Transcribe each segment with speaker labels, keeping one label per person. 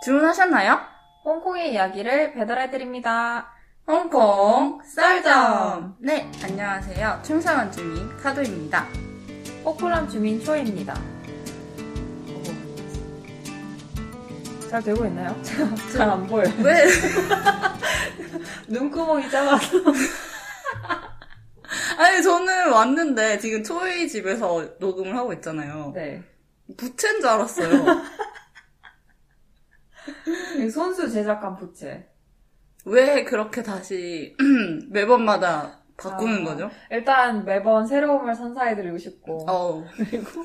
Speaker 1: 주문하셨나요?
Speaker 2: 홍콩의 이야기를 배달해드립니다.
Speaker 1: 홍콩 썰점! 네, 안녕하세요. 충사원 주민 카도입니다.
Speaker 2: 포클람 주민 초입니다. 잘 되고 있나요? 잘 안 보여요.
Speaker 1: 왜?
Speaker 2: 눈구멍이 작아서.
Speaker 1: 아니, 저는 왔는데 지금 초이 집에서 녹음을 하고 있잖아요.
Speaker 2: 네.
Speaker 1: 부채인 줄 알았어요.
Speaker 2: 이 손수 제작한 부채.
Speaker 1: 왜 그렇게 다시 매번마다 바꾸는
Speaker 2: 아.
Speaker 1: 거죠?
Speaker 2: 일단 매번 새로움을 선사해드리고 싶고.
Speaker 1: 어,
Speaker 2: 그리고,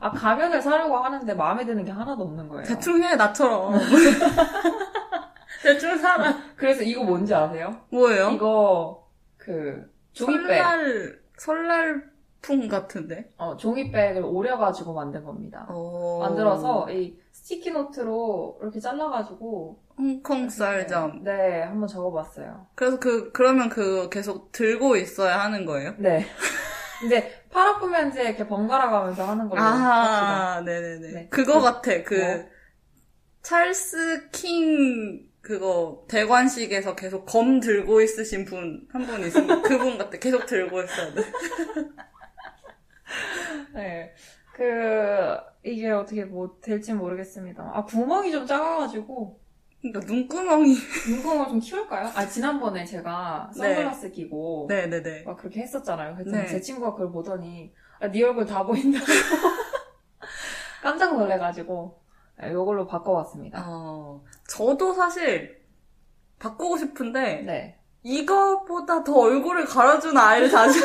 Speaker 2: 아, 가면을 사려고 하는데 마음에 드는 게 하나도 없는 거예요.
Speaker 1: 대충 해, 나처럼. 대충 살아.
Speaker 2: 그래서 이거 뭔지 아세요?
Speaker 1: 뭐예요?
Speaker 2: 이거, 그, 종이백.
Speaker 1: 어? 설날, 설날풍 같은데?
Speaker 2: 어, 종이백을 오려가지고 만든 겁니다.
Speaker 1: 어.
Speaker 2: 만들어서 이 스티키 노트로 이렇게 잘라가지고
Speaker 1: 홍콩 썰점.
Speaker 2: 네 한번 적어봤어요.
Speaker 1: 그래서 그, 그러면 그 계속 들고 있어야 하는 거예요?
Speaker 2: 네. 근데 파라보면 이제 이렇게 번갈아가면서 하는 걸로 합시다.
Speaker 1: 아, 어, 네네네.
Speaker 2: 네.
Speaker 1: 그거
Speaker 2: 그-
Speaker 1: 같아. 그,
Speaker 2: 뭐?
Speaker 1: 찰스 킹, 그거, 대관식에서 계속 검 들고 있으신 분, 한 분 있으면 그분 같아. 계속 들고 있어야 돼.
Speaker 2: 네. 그 이게 어떻게 뭐 될지 모르겠습니다. 아 구멍이 좀 작아가지고
Speaker 1: 그러니까 눈구멍이.
Speaker 2: 눈구멍을 좀 키울까요? 아 지난번에 제가
Speaker 1: 네.
Speaker 2: 선글라스 끼고
Speaker 1: 네네네.
Speaker 2: 막 그렇게 했었잖아요. 그랬더니
Speaker 1: 네.
Speaker 2: 제 친구가 그걸 보더니 아, 네 얼굴 다 보인다고 깜짝 놀래가지고 이걸로 바꿔봤습니다.
Speaker 1: 어, 저도 사실, 바꾸고 싶은데,
Speaker 2: 네.
Speaker 1: 이거보다 더 얼굴을 갈아준 아이를 다시.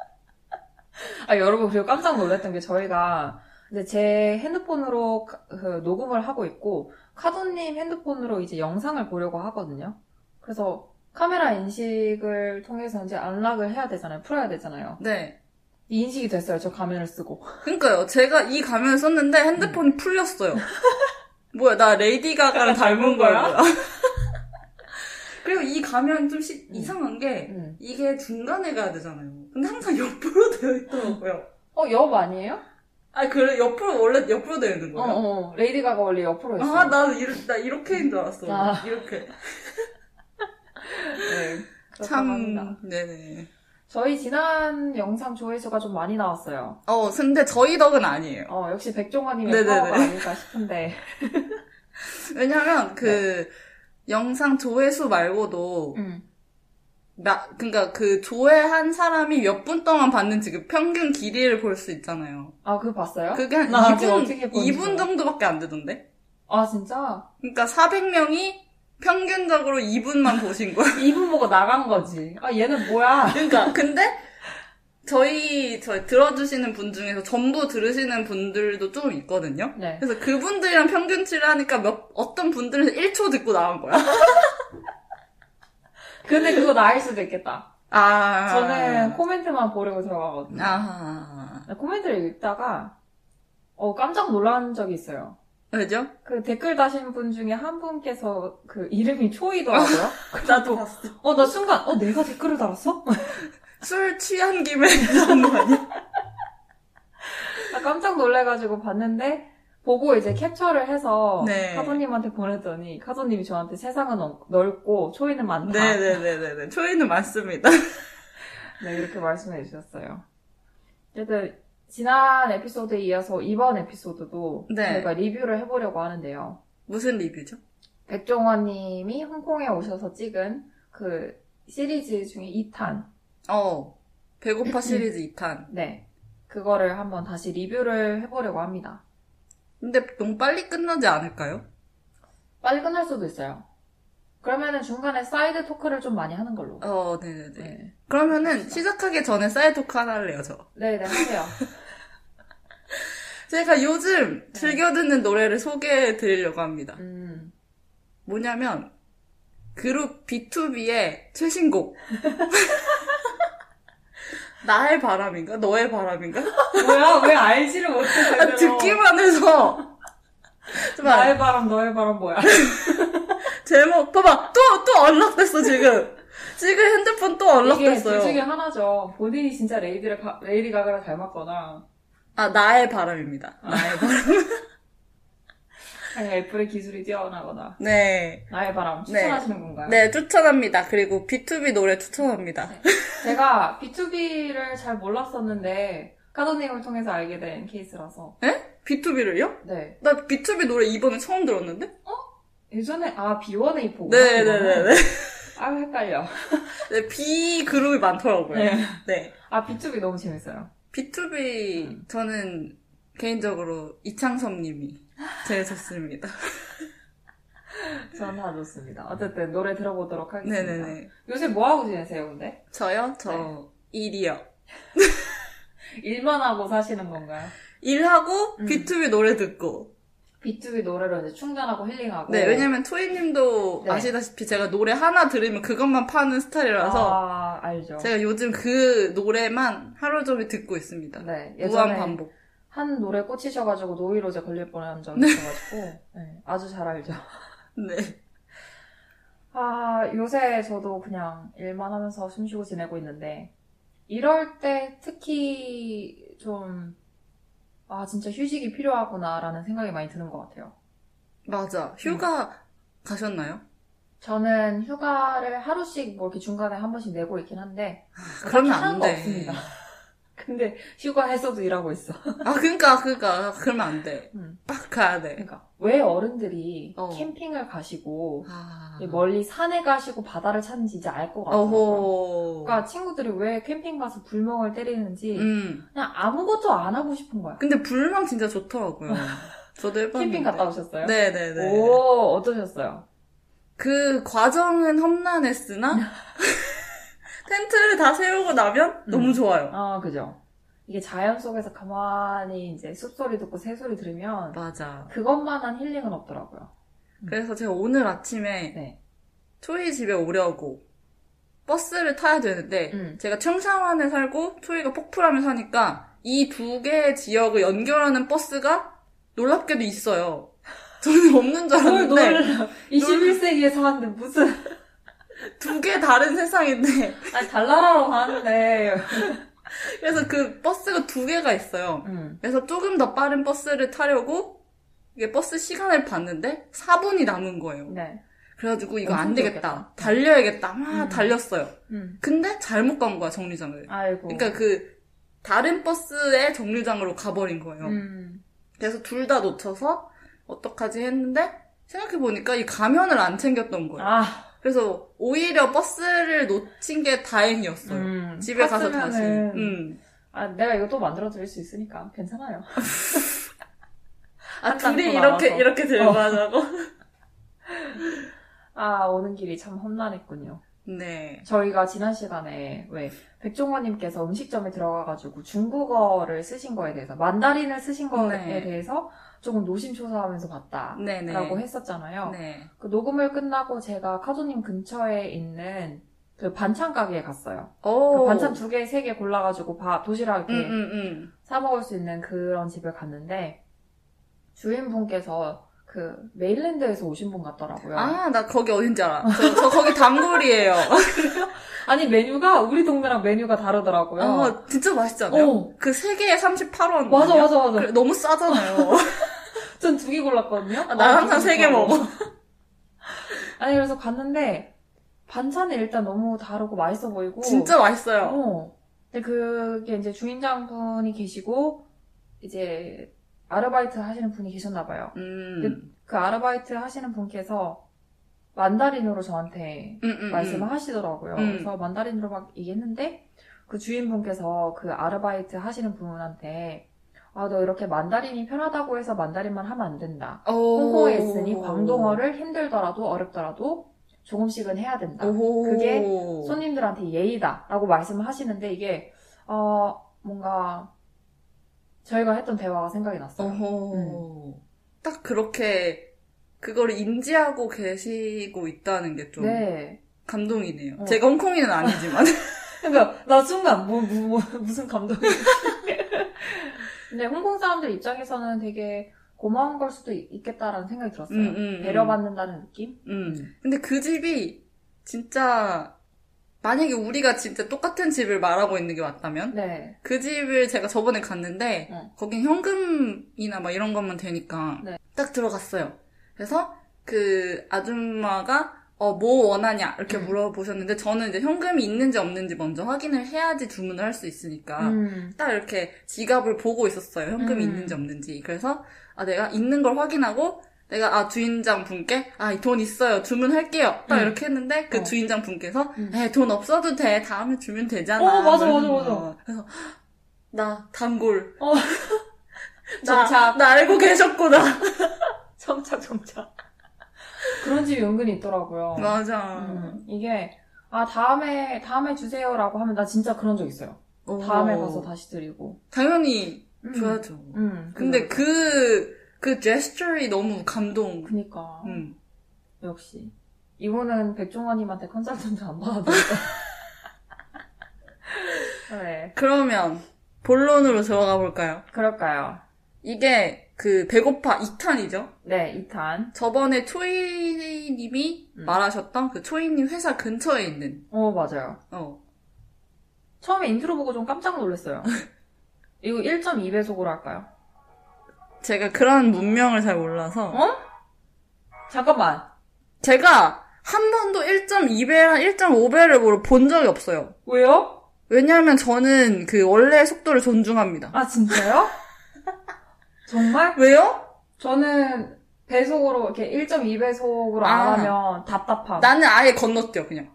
Speaker 2: 아, 여러분, 그리고 깜짝 놀랐던 게 저희가, 근데 제 핸드폰으로 카- 그 녹음을 하고 있고, 카도님 핸드폰으로 이제 영상을 보려고 하거든요. 그래서 카메라 인식을 통해서 이제 안락을 해야 되잖아요. 풀어야 되잖아요.
Speaker 1: 네.
Speaker 2: 이 인식이 됐어요. 저 가면을 쓰고.
Speaker 1: 그러니까요. 제가 이 가면을 썼는데 핸드폰이 풀렸어요. 뭐야, 나 레이디 가가를 닮은
Speaker 2: 닮은
Speaker 1: 거야?
Speaker 2: 거야?
Speaker 1: 그리고 이 가면 좀 시-
Speaker 2: 음.
Speaker 1: 이상한 게
Speaker 2: 음.
Speaker 1: 이게 중간에 가야 되잖아요. 근데 항상 옆으로 되어 있더라고요.
Speaker 2: 어, 옆 아니에요?
Speaker 1: 아, 그래, 옆으로, 원래 옆으로 되어 있는
Speaker 2: 어,
Speaker 1: 거예요?
Speaker 2: 어, 레이디 가가 원래 옆으로 있어요.
Speaker 1: 아, 나, 이렇, 나 이렇게인 줄 알았어.
Speaker 2: 아.
Speaker 1: 이렇게.
Speaker 2: 네. 그렇다고 합니다.
Speaker 1: 참, 네네.
Speaker 2: 저희 지난 영상 조회수가 좀 많이 나왔어요.
Speaker 1: 어, 근데 저희 덕은 아니에요.
Speaker 2: 어, 역시 백종원님의
Speaker 1: 네네네.
Speaker 2: 파워가 아닐까 싶은데.
Speaker 1: 왜냐면, 그,
Speaker 2: 네.
Speaker 1: 영상 조회수 말고도,
Speaker 2: 음.
Speaker 1: 나, 그니까 그 조회한 사람이 몇 분 동안 봤는지 그 평균 길이를 볼 수 있잖아요.
Speaker 2: 아, 그거 봤어요?
Speaker 1: 그게 한
Speaker 2: 나 아직
Speaker 1: 2분,
Speaker 2: 어떻게 본지
Speaker 1: 2분
Speaker 2: 몰라.
Speaker 1: 정도밖에 안 되던데?
Speaker 2: 아, 진짜?
Speaker 1: 그니까 러 400명이 평균적으로 2분만 보신 거야.
Speaker 2: 이분 보고 나간 거지. 아, 얘는 뭐야?
Speaker 1: 그니까. 근데 저희, 저희 들어주시는 분 중에서 전부 들으시는 분들도 좀 있거든요?
Speaker 2: 네.
Speaker 1: 그래서 그분들이랑 평균치를 하니까 몇, 어떤 분들은 1초 듣고 나온 거야.
Speaker 2: 근데 그거 나일 수도 있겠다.
Speaker 1: 아.
Speaker 2: 저는 코멘트만 보려고 들어가거든요.
Speaker 1: 아하.
Speaker 2: 코멘트를 읽다가, 어, 깜짝 놀란 적이 있어요.
Speaker 1: 왜죠?
Speaker 2: 그 댓글 다신 분 중에 한 분께서 그 이름이 초이더라고요.
Speaker 1: 나도
Speaker 2: 어, 나 순간, 어, 내가 댓글을 달았어?
Speaker 1: 술 취한 김에 그런 거 아니야?
Speaker 2: 나 깜짝 놀래가지고 봤는데, 보고 이제 캡처를 해서
Speaker 1: 네.
Speaker 2: 카도님한테 보냈더니 카도님이 저한테 세상은 넓- 넓고 초이는
Speaker 1: 아.
Speaker 2: 많다.
Speaker 1: 네네네네네. 초이는 맞습니다.
Speaker 2: 네, 이렇게 말씀해 주셨어요. 어쨌든, 지난 에피소드에 이어서 이번 에피소드도
Speaker 1: 네.
Speaker 2: 저희가 리뷰를 해보려고 하는데요.
Speaker 1: 무슨 리뷰죠?
Speaker 2: 백종원 님이 홍콩에 오셔서 찍은 그 시리즈 중에 2탄.
Speaker 1: 어. 배고파 시리즈 2탄.
Speaker 2: 네. 그거를 한번 다시 리뷰를 해보려고 합니다.
Speaker 1: 근데 너무 빨리 끝나지 않을까요?
Speaker 2: 빨리 끝날 수도 있어요. 그러면은 중간에 사이드 토크를 좀 많이 하는 걸로.
Speaker 1: 어, 네네네.
Speaker 2: 네.
Speaker 1: 그러면은 시작하기 전에 사이토크 하나 할래요, 저.
Speaker 2: 네, 네, 하세요.
Speaker 1: 제가 요즘
Speaker 2: 네.
Speaker 1: 즐겨 듣는 노래를 소개해 드리려고 합니다.
Speaker 2: 음.
Speaker 1: 뭐냐면, 그룹 B2B의 최신곡. 나의 바람인가? 너의 바람인가?
Speaker 2: 뭐야? 왜 알지를 못해?
Speaker 1: 아, 듣기만 해서. 정말
Speaker 2: 나의 바람, 너의 바람 뭐야?
Speaker 1: 제목 봐봐 또 또 언락됐어 지금 지금 핸드폰 또
Speaker 2: 이게 둘 중에
Speaker 1: 언락됐어요
Speaker 2: 하나죠. 본인이 진짜 레이디를 가, 레이디 가가를 닮았거나
Speaker 1: 아 나의 바람입니다 나의 바람
Speaker 2: 아니면 애플의 기술이 뛰어나거나
Speaker 1: 네.
Speaker 2: 나의 바람
Speaker 1: 네.
Speaker 2: 추천하시는 건가요?
Speaker 1: 네, 추천합니다. 그리고 B2B 노래 추천합니다.
Speaker 2: 제가 B2B를 잘 몰랐었는데 까도님을 통해서 알게 된 케이스라서
Speaker 1: B2B를요?
Speaker 2: 네
Speaker 1: 나 B2B 노래 이번에 처음 들었는데?
Speaker 2: 예전에 아 B1의 입고
Speaker 1: 네네네네.
Speaker 2: 아 헷갈려
Speaker 1: 네, B 그룹이 많더라고요.
Speaker 2: 네.
Speaker 1: 네.
Speaker 2: 아 B2B 너무 재밌어요
Speaker 1: B2B
Speaker 2: 음.
Speaker 1: 저는 개인적으로 이창섭님이 제일 좋습니다.
Speaker 2: 저는 다 좋습니다 어쨌든 노래 들어보도록 하겠습니다
Speaker 1: 네네네.
Speaker 2: 요새 뭐하고 지내세요 근데?
Speaker 1: 저요? 저
Speaker 2: 네.
Speaker 1: 일이요.
Speaker 2: 일만 하고 사시는 건가요?
Speaker 1: 일하고
Speaker 2: 음.
Speaker 1: B2B 노래 듣고.
Speaker 2: B2B 노래로 이제 충전하고 힐링하고
Speaker 1: 네, 왜냐면 토이님도
Speaker 2: 네.
Speaker 1: 아시다시피 제가 노래 하나 들으면 그것만 파는 스타일이라서
Speaker 2: 아 알죠
Speaker 1: 제가 요즘 그 노래만 하루 종일 듣고 있습니다.
Speaker 2: 네
Speaker 1: 무한
Speaker 2: 예전에
Speaker 1: 반복.
Speaker 2: 한 노래 꽂히셔가지고 노이로제 걸릴 뻔한 적이 있어가지고 네, 아주 잘 알죠
Speaker 1: 네.
Speaker 2: 아, 요새 저도 그냥 일만 하면서 숨 쉬고 지내고 있는데, 이럴 때 특히 좀, 아, 진짜 휴식이 필요하구나라는 생각이 많이 드는 것 같아요. 음.
Speaker 1: 맞아. 휴가 가셨나요?
Speaker 2: 아, 저는 휴가를 하루씩 뭐 이렇게 중간에 한 번씩 내고 있긴 한데,
Speaker 1: 그러면
Speaker 2: 딱히 하는
Speaker 1: 안
Speaker 2: 거
Speaker 1: 돼.
Speaker 2: 없습니다. 근데 휴가에서도 일하고 있어.
Speaker 1: 아, 그니까, 그니까. 그러면 안 돼.
Speaker 2: 음.
Speaker 1: 빡 가야 돼.
Speaker 2: 그러니까, 왜 어른들이
Speaker 1: 어.
Speaker 2: 캠핑을 가시고,
Speaker 1: 아.
Speaker 2: 멀리 산에 가시고 바다를 찾는지 이제 알 것 같아요.
Speaker 1: 어허.
Speaker 2: 그러니까 친구들이 왜 캠핑 가서 불멍을 때리는지,
Speaker 1: 음.
Speaker 2: 그냥 아무것도 안 하고 싶은 거야.
Speaker 1: 근데 불망 진짜 좋더라고요. 저도 해봤는데.
Speaker 2: 캠핑 갔다 오셨어요?
Speaker 1: 네네네.
Speaker 2: 오, 어떠셨어요?
Speaker 1: 그 과정은 험난했으나
Speaker 2: 네.
Speaker 1: 텐트를 다 세우고 나면 너무
Speaker 2: 음.
Speaker 1: 좋아요.
Speaker 2: 아, 그죠. 이게 자연 속에서 가만히 이제 숲소리 듣고 새소리 들으면
Speaker 1: 맞아.
Speaker 2: 그것만한 힐링은 없더라고요.
Speaker 1: 그래서 제가 오늘 아침에
Speaker 2: 네.
Speaker 1: 초이 집에 오려고 버스를 타야 되는데
Speaker 2: 음.
Speaker 1: 제가 청사원에 살고 초이가 폭풀함에 사니까 이 두 개의 지역을 연결하는 버스가 놀랍게도 있어요. 저는 없는 줄
Speaker 2: 뭘
Speaker 1: 알았는데
Speaker 2: 놀라. 21세기에 사는데 무슨,
Speaker 1: 두 개 다른 세상인데
Speaker 2: 아니, 달나라로 가는데.
Speaker 1: 그래서 그 버스가 두 개가 있어요.
Speaker 2: 음.
Speaker 1: 그래서 조금 더 빠른 버스를 타려고 이게 버스 시간을 봤는데 4분이 남은 거예요.
Speaker 2: 네.
Speaker 1: 그래가지고 이거
Speaker 2: 엄청
Speaker 1: 안 되겠다.
Speaker 2: 좋겠다.
Speaker 1: 달려야겠다. 막
Speaker 2: 음.
Speaker 1: 달렸어요.
Speaker 2: 음.
Speaker 1: 근데 잘못 간 거야, 정류장을.
Speaker 2: 아이고.
Speaker 1: 그러니까 그 다른 버스의 정류장으로 가버린 거예요.
Speaker 2: 음.
Speaker 1: 그래서 둘 다 놓쳐서 어떡하지 했는데 생각해보니까 이 가면을 안 챙겼던 거예요.
Speaker 2: 아,
Speaker 1: 그래서 오히려 버스를 놓친 게 다행이었어요.
Speaker 2: 음.
Speaker 1: 집에 가서
Speaker 2: 컸으면은-
Speaker 1: 다시. 음.
Speaker 2: 아, 내가 이거 또 만들어 드릴 수 있으니까 괜찮아요.
Speaker 1: 아,
Speaker 2: 한
Speaker 1: 둘이
Speaker 2: 땀도
Speaker 1: 이렇게,
Speaker 2: 나와서. 어.
Speaker 1: 이렇게 들고 하자고?
Speaker 2: 아, 오는 길이 참 험난했군요.
Speaker 1: 네.
Speaker 2: 저희가 지난 시간에 왜 백종원님께서 음식점에 들어가가지고 중국어를 쓰신 거에 대해서 만다린을 쓰신 거에
Speaker 1: 네.
Speaker 2: 대해서 조금 노심초사하면서 봤다라고
Speaker 1: 네네.
Speaker 2: 했었잖아요.
Speaker 1: 네.
Speaker 2: 그 녹음을 끝나고 제가 카조님 근처에 있는 그 반찬 가게에 갔어요. 그
Speaker 1: 오. 음,
Speaker 2: 반찬 두 개, 세 개 골라가지고 밥 도시락
Speaker 1: 응,
Speaker 2: 이렇게
Speaker 1: 응, 응.
Speaker 2: 사 먹을 수 있는 그런 집을 갔는데 주인분께서 그 메일랜드에서 오신 분 같더라고요.
Speaker 1: 아, 나 거기 어딘지 알아. 저, 저 거기 단골이에요.
Speaker 2: 아, 니 메뉴가 우리 동네랑 메뉴가 다르더라고요.
Speaker 1: 아, 진짜 맛있잖아요.
Speaker 2: 어,
Speaker 1: 그 세 개에 38원. 그
Speaker 2: 맞아 어. 맞아 맞아.
Speaker 1: 너무 싸잖아요.
Speaker 2: 전 두 개 골랐거든요.
Speaker 1: 아, 나 항상 세 개 먹어.
Speaker 2: 아니 그래서 갔는데 반찬이 일단 너무 다르고 맛있어 보이고
Speaker 1: 진짜 맛있어요.
Speaker 2: 어. 근데 그게 이제 주인장분이 계시고 이제 아르바이트 하시는 분이 계셨나 봐요.
Speaker 1: 음.
Speaker 2: 그 아르바이트 하시는 분께서 만다린으로 저한테
Speaker 1: 음, 음,
Speaker 2: 말씀을
Speaker 1: 음.
Speaker 2: 하시더라고요.
Speaker 1: 음.
Speaker 2: 그래서 만다린으로 막 얘기했는데 그 주인분께서 그 아르바이트 하시는 분한테 아 너 이렇게 만다린이 편하다고 해서 만다린만 하면 안 된다. 홍콩에 있으니 광동어를 힘들더라도 어렵더라도 조금씩은 해야 된다.
Speaker 1: 오호.
Speaker 2: 그게 손님들한테 예의다라고 말씀을 하시는데 이게 어, 뭔가 저희가 했던 대화가 생각이 났어요. 음.
Speaker 1: 어허. 딱 그렇게 그거를 인지하고 계시고 있다는 게 좀
Speaker 2: 네.
Speaker 1: 감동이네요.
Speaker 2: 어.
Speaker 1: 제가 홍콩인은 아니지만. 음,
Speaker 2: 그러니까 나 순간 뭐, 뭐, 뭐, 무슨 감동이. 근데 홍콩 사람들 입장에서는 되게 고마운 걸 수도 있- 있겠다라는 생각이 들었어요.
Speaker 1: 음, 음, 음.
Speaker 2: 배려받는다는 느낌?
Speaker 1: 음. 근데 그 집이 진짜 만약에 우리가 진짜 똑같은 집을 말하고 있는 게 맞다면
Speaker 2: 네.
Speaker 1: 그 집을 제가 저번에 갔는데
Speaker 2: 응.
Speaker 1: 거긴 현금이나 막 이런 것만 되니까
Speaker 2: 네.
Speaker 1: 딱 들어갔어요. 그래서 그 아줌마가 어 뭐 원하냐 이렇게
Speaker 2: 음.
Speaker 1: 물어보셨는데 저는 이제 현금이 있는지 없는지 먼저 확인을 해야지 주문을 할 수 있으니까
Speaker 2: 음.
Speaker 1: 딱 이렇게 지갑을 보고 있었어요. 현금이
Speaker 2: 음.
Speaker 1: 있는지 없는지. 그래서 아 내가 있는 걸 확인하고 내가 아 주인장 분께 아 돈 있어요 주문할게요 딱
Speaker 2: 음.
Speaker 1: 이렇게 했는데 그
Speaker 2: 어.
Speaker 1: 주인장 분께서
Speaker 2: 음.
Speaker 1: 에 돈 없어도 돼 다음에 주면 되잖아
Speaker 2: 어, 맞아,
Speaker 1: 뭐
Speaker 2: 맞아,
Speaker 1: 이런
Speaker 2: 맞아.
Speaker 1: 거. 그래서 나 단골 음.
Speaker 2: 어.
Speaker 1: 나,
Speaker 2: 정착.
Speaker 1: 나 알고 계셨구나
Speaker 2: 정차, 정차. 그런 집이 은근히 있더라고요.
Speaker 1: 맞아
Speaker 2: 음, 이게, 아, 다음에, 다음에 주세요라고 하면 나 진짜 그런 적 있어요.
Speaker 1: 오.
Speaker 2: 다음에 가서 다시 드리고.
Speaker 1: 당연히
Speaker 2: 음.
Speaker 1: 줘야죠
Speaker 2: 음,
Speaker 1: 근데 그, 그 제스처리 너무 감동
Speaker 2: 그니까.
Speaker 1: 음.
Speaker 2: 역시. 이거는 백종원님한테 컨설턴트 안 받아도 돼. 네.
Speaker 1: 그러면 본론으로 들어가 볼까요?
Speaker 2: 그럴까요?
Speaker 1: 이게 그 배고파 2탄이죠.
Speaker 2: 네, 2탄.
Speaker 1: 저번에 초이님이
Speaker 2: 음.
Speaker 1: 말하셨던 그 초이님 회사 근처에 있는
Speaker 2: 어, 맞아요.
Speaker 1: 어
Speaker 2: 처음에 인트로 보고 좀 깜짝 놀랐어요. 이거 1.2배속으로 할까요?
Speaker 1: 제가 그런 문명을 잘 몰라서
Speaker 2: 어? 잠깐만.
Speaker 1: 제가 한 번도 1.2배랑 1.5배를 본 적이 없어요.
Speaker 2: 왜요?
Speaker 1: 왜냐하면 저는 그 원래의 속도를 존중합니다.
Speaker 2: 아, 진짜요? 정말?
Speaker 1: 왜요?
Speaker 2: 저는 배속으로, 이렇게 1.2배속으로
Speaker 1: 아.
Speaker 2: 안 하면 답답함.
Speaker 1: 나는 아예 건너뛰어 그냥.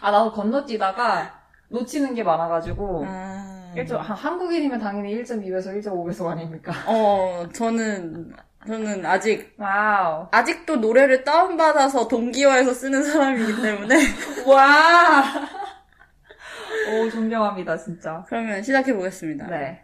Speaker 2: 아, 나도 건너뛰다가 놓치는 게 많아가지고.
Speaker 1: 아...
Speaker 2: 1. 아, 한국인이면 당연히 1.2배속, 1.5배속 아닙니까?
Speaker 1: 어 저는 저는 아직
Speaker 2: 와우.
Speaker 1: 아직도 노래를 다운받아서 동기화해서 쓰는 사람이기 때문에
Speaker 2: 와! 오, 존경합니다, 진짜.
Speaker 1: 그러면 시작해 보겠습니다.
Speaker 2: 네.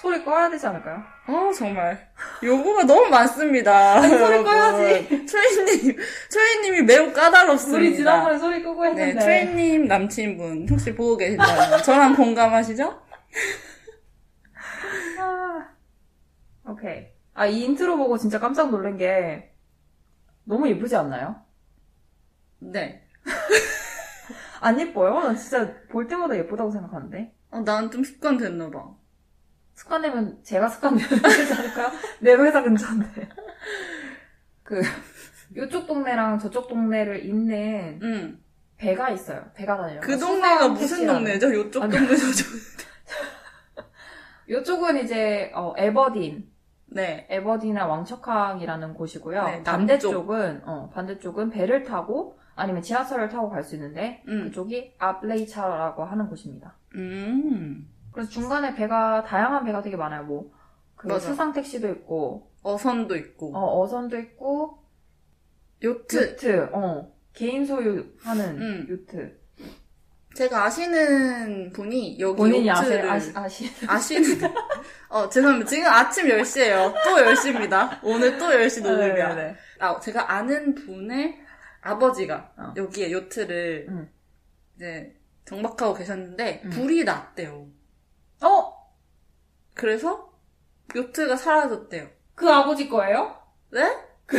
Speaker 2: 소리 꺼야 되지 않을까요?
Speaker 1: 어 정말 요구가 너무 많습니다. 어,
Speaker 2: 아니, 소리
Speaker 1: 여러분.
Speaker 2: 꺼야지.
Speaker 1: 트레이님 트레이님이 매우 까다롭습니다.
Speaker 2: 우리 지난번에 소리 끄고
Speaker 1: 네
Speaker 2: 했는데.
Speaker 1: 트레이님 남친분 혹시 보고 계신다면 저랑 공감하시죠?
Speaker 2: 아, 오케이. 아, 이 인트로 보고 진짜 깜짝 놀란 게 너무 예쁘지 않나요?
Speaker 1: 네.
Speaker 2: 안 예뻐요? 난 진짜 볼 때마다 예쁘다고 생각하는데.
Speaker 1: 어, 난 좀 습관 됐나 봐.
Speaker 2: 습관되면 제가 습관되면 되지 않을까요? 내 회사 근처인데. 그, 이쪽 동네랑 저쪽 동네를 잇는
Speaker 1: 응.
Speaker 2: 배가 있어요. 배가 다녀요.
Speaker 1: 음. 그 동네가
Speaker 2: 아, 수상
Speaker 1: 무슨
Speaker 2: 택시라는.
Speaker 1: 동네죠? 요쪽
Speaker 2: 아니.
Speaker 1: 동네 저쪽.
Speaker 2: 이쪽은 이제 어, 에버딘,
Speaker 1: 네.
Speaker 2: 에버딘이나 왕척항이라는 곳이고요.
Speaker 1: 네, 남쪽.
Speaker 2: 반대쪽은 어, 반대쪽은 배를 타고 아니면 지하철을 타고 갈 수 있는데
Speaker 1: 음.
Speaker 2: 그쪽이 아플레이차라고 하는 곳입니다.
Speaker 1: 음.
Speaker 2: 그래서 중간에 배가 다양한 배가 되게 많아요. 뭐그
Speaker 1: 맞아.
Speaker 2: 수상 택시도 있고
Speaker 1: 어선도 있고
Speaker 2: 어, 선도 있고
Speaker 1: 요트.
Speaker 2: 요트, 어, 개인 소유하는
Speaker 1: 그 음.
Speaker 2: 요트.
Speaker 1: 제가 아시는 분이 여기
Speaker 2: 본인이
Speaker 1: 요트를
Speaker 2: 아세요? 아시, 아시.
Speaker 1: 아시는. 어, 죄송합니다. 지금 아침 10시예요. 또 10시입니다. 오늘 또 10시
Speaker 2: 네,
Speaker 1: 녹음이야.
Speaker 2: 네, 네.
Speaker 1: 아, 제가 아는 분의 아버지가
Speaker 2: 어.
Speaker 1: 여기에 요트를
Speaker 2: 음.
Speaker 1: 이제 정박하고 계셨는데
Speaker 2: 음.
Speaker 1: 불이 났대요.
Speaker 2: 어,
Speaker 1: 그래서 요트가 사라졌대요.
Speaker 2: 그 아버지 거예요?
Speaker 1: 네?
Speaker 2: 그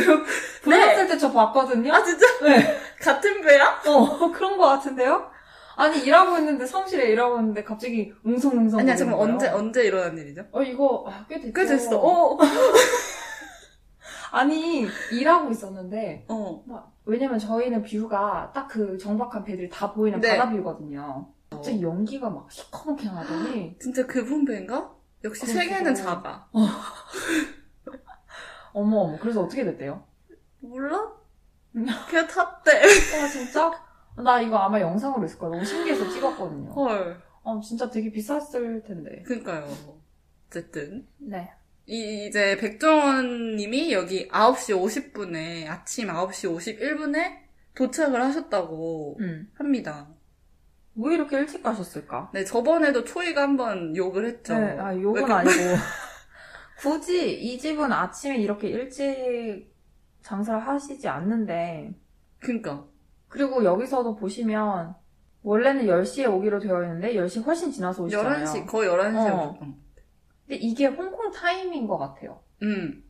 Speaker 2: 불났을 때 저 봤거든요.
Speaker 1: 아, 진짜?
Speaker 2: 네.
Speaker 1: 같은 배야?
Speaker 2: 어, 그런 것 같은데요? 아니, 일하고 있는데, 사무실에 일하고 있는데, 갑자기 웅성웅성.
Speaker 1: 아니야,
Speaker 2: 거리는
Speaker 1: 잠깐
Speaker 2: 거예요.
Speaker 1: 언제, 언제 일어난 일이죠?
Speaker 2: 어, 이거, 아, 꽤 됐어.
Speaker 1: 꽤 됐어. 어, 어,
Speaker 2: 아니, 일하고 있었는데,
Speaker 1: 어.
Speaker 2: 막, 왜냐면 저희는 뷰가 딱 그 정박한 배들이 다 보이는
Speaker 1: 네. 어.
Speaker 2: 바다뷰거든요. 갑자기 연기가 막 시커멓게 나더니,
Speaker 1: 진짜 그분 배인가? 역시
Speaker 2: 그렇구나.
Speaker 1: 세계는 작아.
Speaker 2: 어머, 어머, 그래서 어떻게 됐대요?
Speaker 1: 몰라?
Speaker 2: 음.
Speaker 1: 그냥 탔대.
Speaker 2: 아, 진짜? 나 이거 아마 영상으로 있을 거야. 너무 신기해서 찍었거든요.
Speaker 1: 헐.
Speaker 2: 아, 진짜 되게 비쌌을 텐데.
Speaker 1: 그니까요. 어쨌든.
Speaker 2: 네.
Speaker 1: 이, 이제 백종원 님이 여기 9시 50분에, 아침 9시 51분에 도착을 하셨다고
Speaker 2: 음.
Speaker 1: 합니다.
Speaker 2: 왜 이렇게 일찍 가셨을까?
Speaker 1: 네, 저번에도 초이가 한번 욕을 했죠.
Speaker 2: 네, 아, 욕은
Speaker 1: 왜-
Speaker 2: 아니고. 굳이 이 집은 아침에 이렇게 일찍 장사를 하시지 않는데,
Speaker 1: 그니까.
Speaker 2: 그리고 여기서도 보시면, 원래는 10시에 오기로 되어 있는데, 10시 훨씬 지나서 오시잖아요.
Speaker 1: 11시, 거의 11시에
Speaker 2: 어.
Speaker 1: 오셨던.
Speaker 2: 근데 이게 홍콩 타임인 것 같아요.
Speaker 1: 음,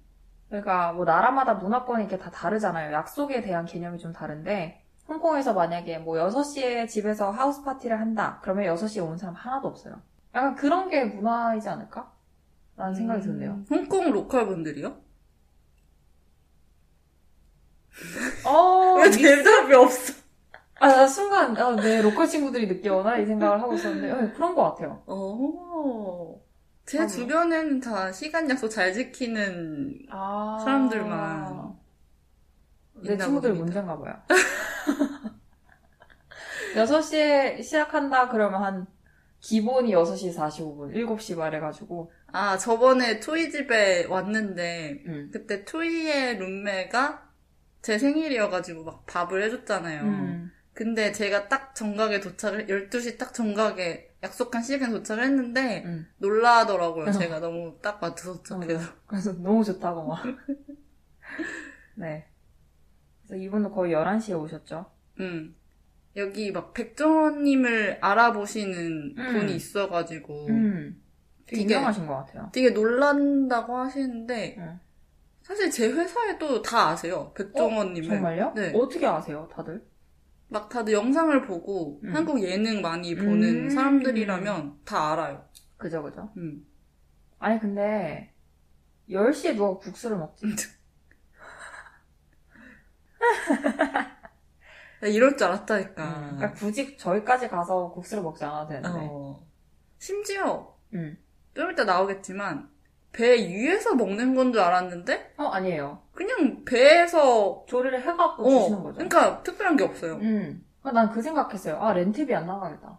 Speaker 2: 그러니까 뭐 나라마다 문화권이 이렇게 다 다르잖아요. 약속에 대한 개념이 좀 다른데, 홍콩에서 만약에 뭐 6시에 집에서 하우스 파티를 한다. 그러면 6시에 오는 사람 하나도 없어요. 약간 그런 게 문화이지 않을까? 라는 생각이 드네요.
Speaker 1: 음, 홍콩 로컬 분들이요?
Speaker 2: 어,
Speaker 1: 왜 대답이 없어?
Speaker 2: 아, 나 순간, 아, 내 로컬 친구들이 느끼거나 이 생각을 하고 있었는데, 예, 그런 것 같아요.
Speaker 1: 어. 제
Speaker 2: 아니. 뭐.
Speaker 1: 주변에는 다 시간 약속 잘 지키는
Speaker 2: 아.
Speaker 1: 사람들만.
Speaker 2: 내
Speaker 1: 있나
Speaker 2: 친구들
Speaker 1: 봅니다.
Speaker 2: 문제인가 봐요. 6시에 시작한다 그러면 한 기본이 6시 45분, 7시 말해가지고
Speaker 1: 아, 저번에 초이 집에 왔는데,
Speaker 2: 음.
Speaker 1: 그때 초이의 룸메가 제 생일이어가지고 막 밥을 해줬잖아요.
Speaker 2: 음.
Speaker 1: 근데 제가 딱 정각에 도착을, 12시 딱 정각에 약속한 시간에 도착을 했는데,
Speaker 2: 음.
Speaker 1: 놀라더라고요.
Speaker 2: 어.
Speaker 1: 제가 너무 딱 맞춰서 도착해서.
Speaker 2: 그래서 너무 좋다고 막. 네. 그래서 이분도 거의 11시에 오셨죠.
Speaker 1: 음. 여기 막 백종원님을 알아보시는
Speaker 2: 음.
Speaker 1: 분이 있어가지고,
Speaker 2: 음. 되게
Speaker 1: 되게-
Speaker 2: 유명하신 것 같아요.
Speaker 1: 되게 놀란다고 하시는데,
Speaker 2: 음.
Speaker 1: 사실 제 회사에도 다 아세요. 백종원님을.
Speaker 2: 어, 정말요?
Speaker 1: 네.
Speaker 2: 어떻게 아세요, 다들?
Speaker 1: 막 다들 영상을 보고
Speaker 2: 음.
Speaker 1: 한국 예능 많이 보는
Speaker 2: 음.
Speaker 1: 사람들이라면 다 알아요.
Speaker 2: 그죠, 그죠.
Speaker 1: 음.
Speaker 2: 아니, 근데 10시에 누가 국수를 먹지?
Speaker 1: 나 이럴 줄 알았다니까.
Speaker 2: 음, 그러니까 굳이 저기까지 가서 국수를 먹지 않아도 되는데.
Speaker 1: 아. 어. 심지어
Speaker 2: 음.
Speaker 1: 좀 이따 나오겠지만 배 위에서 먹는 건 줄 알았는데
Speaker 2: 어, 아니에요.
Speaker 1: 그냥 배에서
Speaker 2: 조리를 해갖고
Speaker 1: 어,
Speaker 2: 주시는 거죠.
Speaker 1: 그러니까 특별한 게 없어요.
Speaker 2: 음. 난 그 생각했어요. 아, 렌트비 안 나가겠다.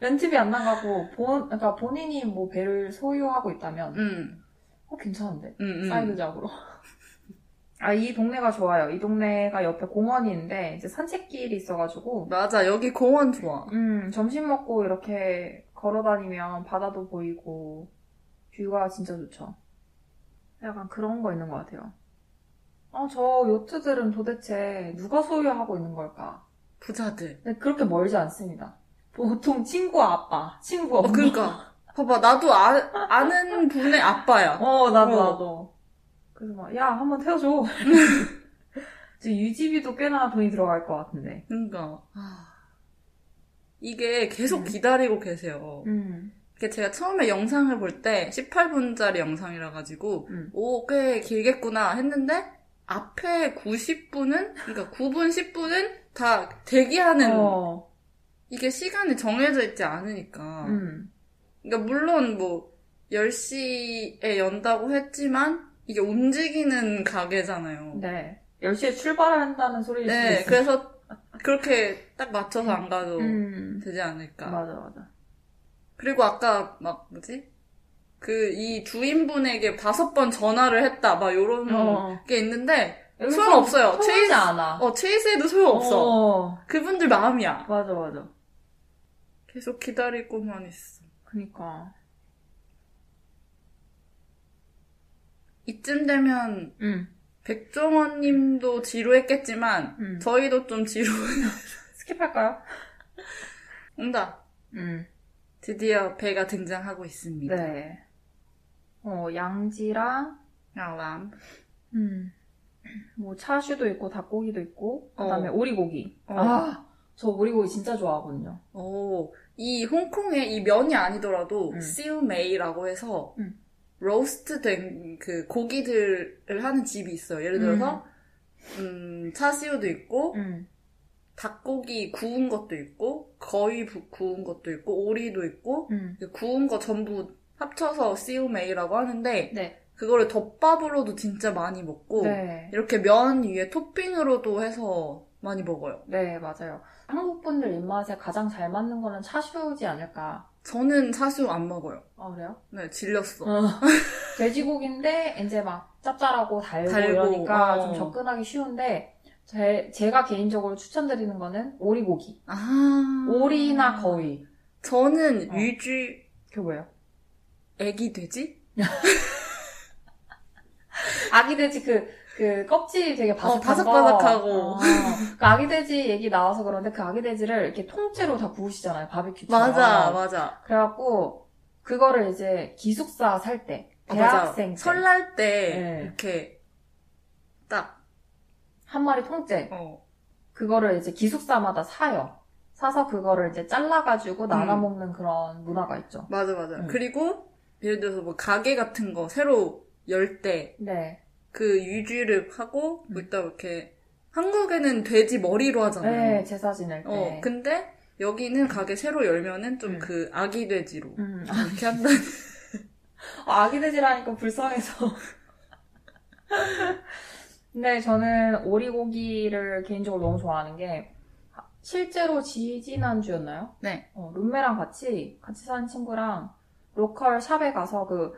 Speaker 2: 렌트비 안 나가고, 본, 그러니까 본인이 뭐 배를 소유하고 있다면,
Speaker 1: 음,
Speaker 2: 어, 괜찮은데?
Speaker 1: 음, 음.
Speaker 2: 사이드작으로. 아, 이 동네가 좋아요. 이 동네가 옆에 공원이 있는데, 이제 산책길이 있어가지고,
Speaker 1: 맞아 여기 공원 좋아.
Speaker 2: 음, 점심 먹고 이렇게 걸어 다니면 바다도 보이고, 뷰가 진짜 좋죠. 약간 그런 거 있는 것 같아요. 아, 저 요트들은 도대체 누가 소유하고 있는 걸까?
Speaker 1: 부자들.
Speaker 2: 근데 그렇게 멀지 않습니다. 보통 친구 아빠,
Speaker 1: 어,
Speaker 2: 친구 엄마.
Speaker 1: 그러니까 봐봐 나도 아, 아는 분의 아빠야.
Speaker 2: 어, 나도,
Speaker 1: 어.
Speaker 2: 나도. 그래서 막, 야, 한번 태워줘. 이제 유지비도 꽤나 돈이 들어갈 것 같은데.
Speaker 1: 그러니까 아, 이게 계속
Speaker 2: 음.
Speaker 1: 기다리고 계세요.
Speaker 2: 음.
Speaker 1: 이게 제가 처음에 영상을 볼 때 18분짜리 영상이라 가지고
Speaker 2: 음.
Speaker 1: 오 꽤 길겠구나 했는데 앞에 90분은 그러니까 9분 10분은 다 대기하는
Speaker 2: 어,
Speaker 1: 이게 시간이 정해져 있지 않으니까
Speaker 2: 음.
Speaker 1: 그러니까 물론 뭐 10시에 연다고 했지만 이게 움직이는 가게잖아요.
Speaker 2: 네. 10시에 출발을 한다는 소리일 수도
Speaker 1: 네,
Speaker 2: 있어요.
Speaker 1: 그래서 그렇게 딱 맞춰서 안 가도 그러니까.
Speaker 2: 음.
Speaker 1: 되지 않을까.
Speaker 2: 맞아, 맞아.
Speaker 1: 그리고 아까 막 뭐지? 그 이 주인분에게 다섯 번 전화를 했다 막 요런
Speaker 2: 어.
Speaker 1: 게 있는데 음.
Speaker 2: 여기
Speaker 1: 소용없어요.
Speaker 2: 소- 소용하지
Speaker 1: 체이스-
Speaker 2: 않아.
Speaker 1: 어 체이스해도 소용없어.
Speaker 2: 어,
Speaker 1: 그분들 마음이야.
Speaker 2: 맞아, 맞아.
Speaker 1: 계속 기다리고만 있어.
Speaker 2: 그니까.
Speaker 1: 이쯤 되면
Speaker 2: 음.
Speaker 1: 백종원님도 지루했겠지만
Speaker 2: 음.
Speaker 1: 저희도 좀 지루.
Speaker 2: 스킵할까요?
Speaker 1: 응다.
Speaker 2: 음.
Speaker 1: 드디어 배가 등장하고 있습니다.
Speaker 2: 네. 어, 양지랑,
Speaker 1: 알람.
Speaker 2: 음, 뭐, 차슈도 있고, 닭고기도 있고, 그 다음에
Speaker 1: 어.
Speaker 2: 오리고기.
Speaker 1: 어.
Speaker 2: 아, 저 오리고기 진짜 좋아하거든요.
Speaker 1: 오, 이 홍콩의 이 면이 아니더라도
Speaker 2: 음.
Speaker 1: 씨우메이라고 해서
Speaker 2: 음.
Speaker 1: 로스트된 그 고기들을 하는 집이 있어요. 예를 들어서 음, 차씨우도 있고
Speaker 2: 음,
Speaker 1: 닭고기 구운 것도 있고 거위 부- 구운 것도 있고 오리도 있고
Speaker 2: 음.
Speaker 1: 그 구운 거 전부 합쳐서 씨우메이라고 하는데
Speaker 2: 네.
Speaker 1: 그거를 덮밥으로도 진짜 많이 먹고
Speaker 2: 네.
Speaker 1: 이렇게 면 위에 토핑으로도 해서 많이 먹어요.
Speaker 2: 네, 맞아요. 한국 분들 입맛에 가장 잘 맞는 거는 차슈지 않을까.
Speaker 1: 저는 차씨우 안 먹어요.
Speaker 2: 아, 그래요?
Speaker 1: 네, 질렸어.
Speaker 2: 돼지고기인데, 이제 막 짭짤하고 달고,
Speaker 1: 달고,
Speaker 2: 이러니까
Speaker 1: 어.
Speaker 2: 좀 접근하기 쉬운데, 제, 제가 개인적으로 추천드리는 거는 오리고기. 음.
Speaker 1: 아.
Speaker 2: 오리나 거위.
Speaker 1: 저는
Speaker 2: 어.
Speaker 1: 유주
Speaker 2: 그게 뭐예요?
Speaker 1: 애기 돼지?
Speaker 2: 아기 돼지 그, 그 껍질 되게 바삭한
Speaker 1: 어, 바삭바삭하고.
Speaker 2: 거. 아, 그 아기 돼지 얘기 나와서 그런데 그 아기 돼지를 이렇게 통째로 다 구우시잖아요. 바비큐처럼.
Speaker 1: 맞아, 맞아.
Speaker 2: 그래갖고 그거를 이제 기숙사 살 때,
Speaker 1: 아,
Speaker 2: 대학생
Speaker 1: 맞아.
Speaker 2: 때,
Speaker 1: 설날 때
Speaker 2: 네.
Speaker 1: 이렇게 딱
Speaker 2: 한 마리 통째.
Speaker 1: 어.
Speaker 2: 그거를 이제 기숙사마다 사요. 사서 그거를 이제 잘라가지고 나눠
Speaker 1: 음.
Speaker 2: 먹는 그런 문화가 있죠.
Speaker 1: 맞아, 맞아.
Speaker 2: 음.
Speaker 1: 그리고 예를 들어서 뭐 가게 같은 거 새로 열 때
Speaker 2: 네.
Speaker 1: 그 유지를 하고 뭐
Speaker 2: 음.
Speaker 1: 일단 이렇게 한국에는 돼지 머리로 하잖아요.
Speaker 2: 네, 제사 지낼 때.
Speaker 1: 음. 어, 근데 여기는 가게 새로 열면은 좀
Speaker 2: 음.
Speaker 1: 그 아기 돼지로
Speaker 2: 음.
Speaker 1: 이렇게 한다.
Speaker 2: 아, 기 돼지라니까 불쌍해서. 근데 네, 저는 오리고기를 개인적으로 너무 좋아하는 게, 실제로 지지난주였나요?
Speaker 1: 네.
Speaker 2: 어, 룸메랑 같이, 같이 사는 친구랑 로컬 샵에 가서 그,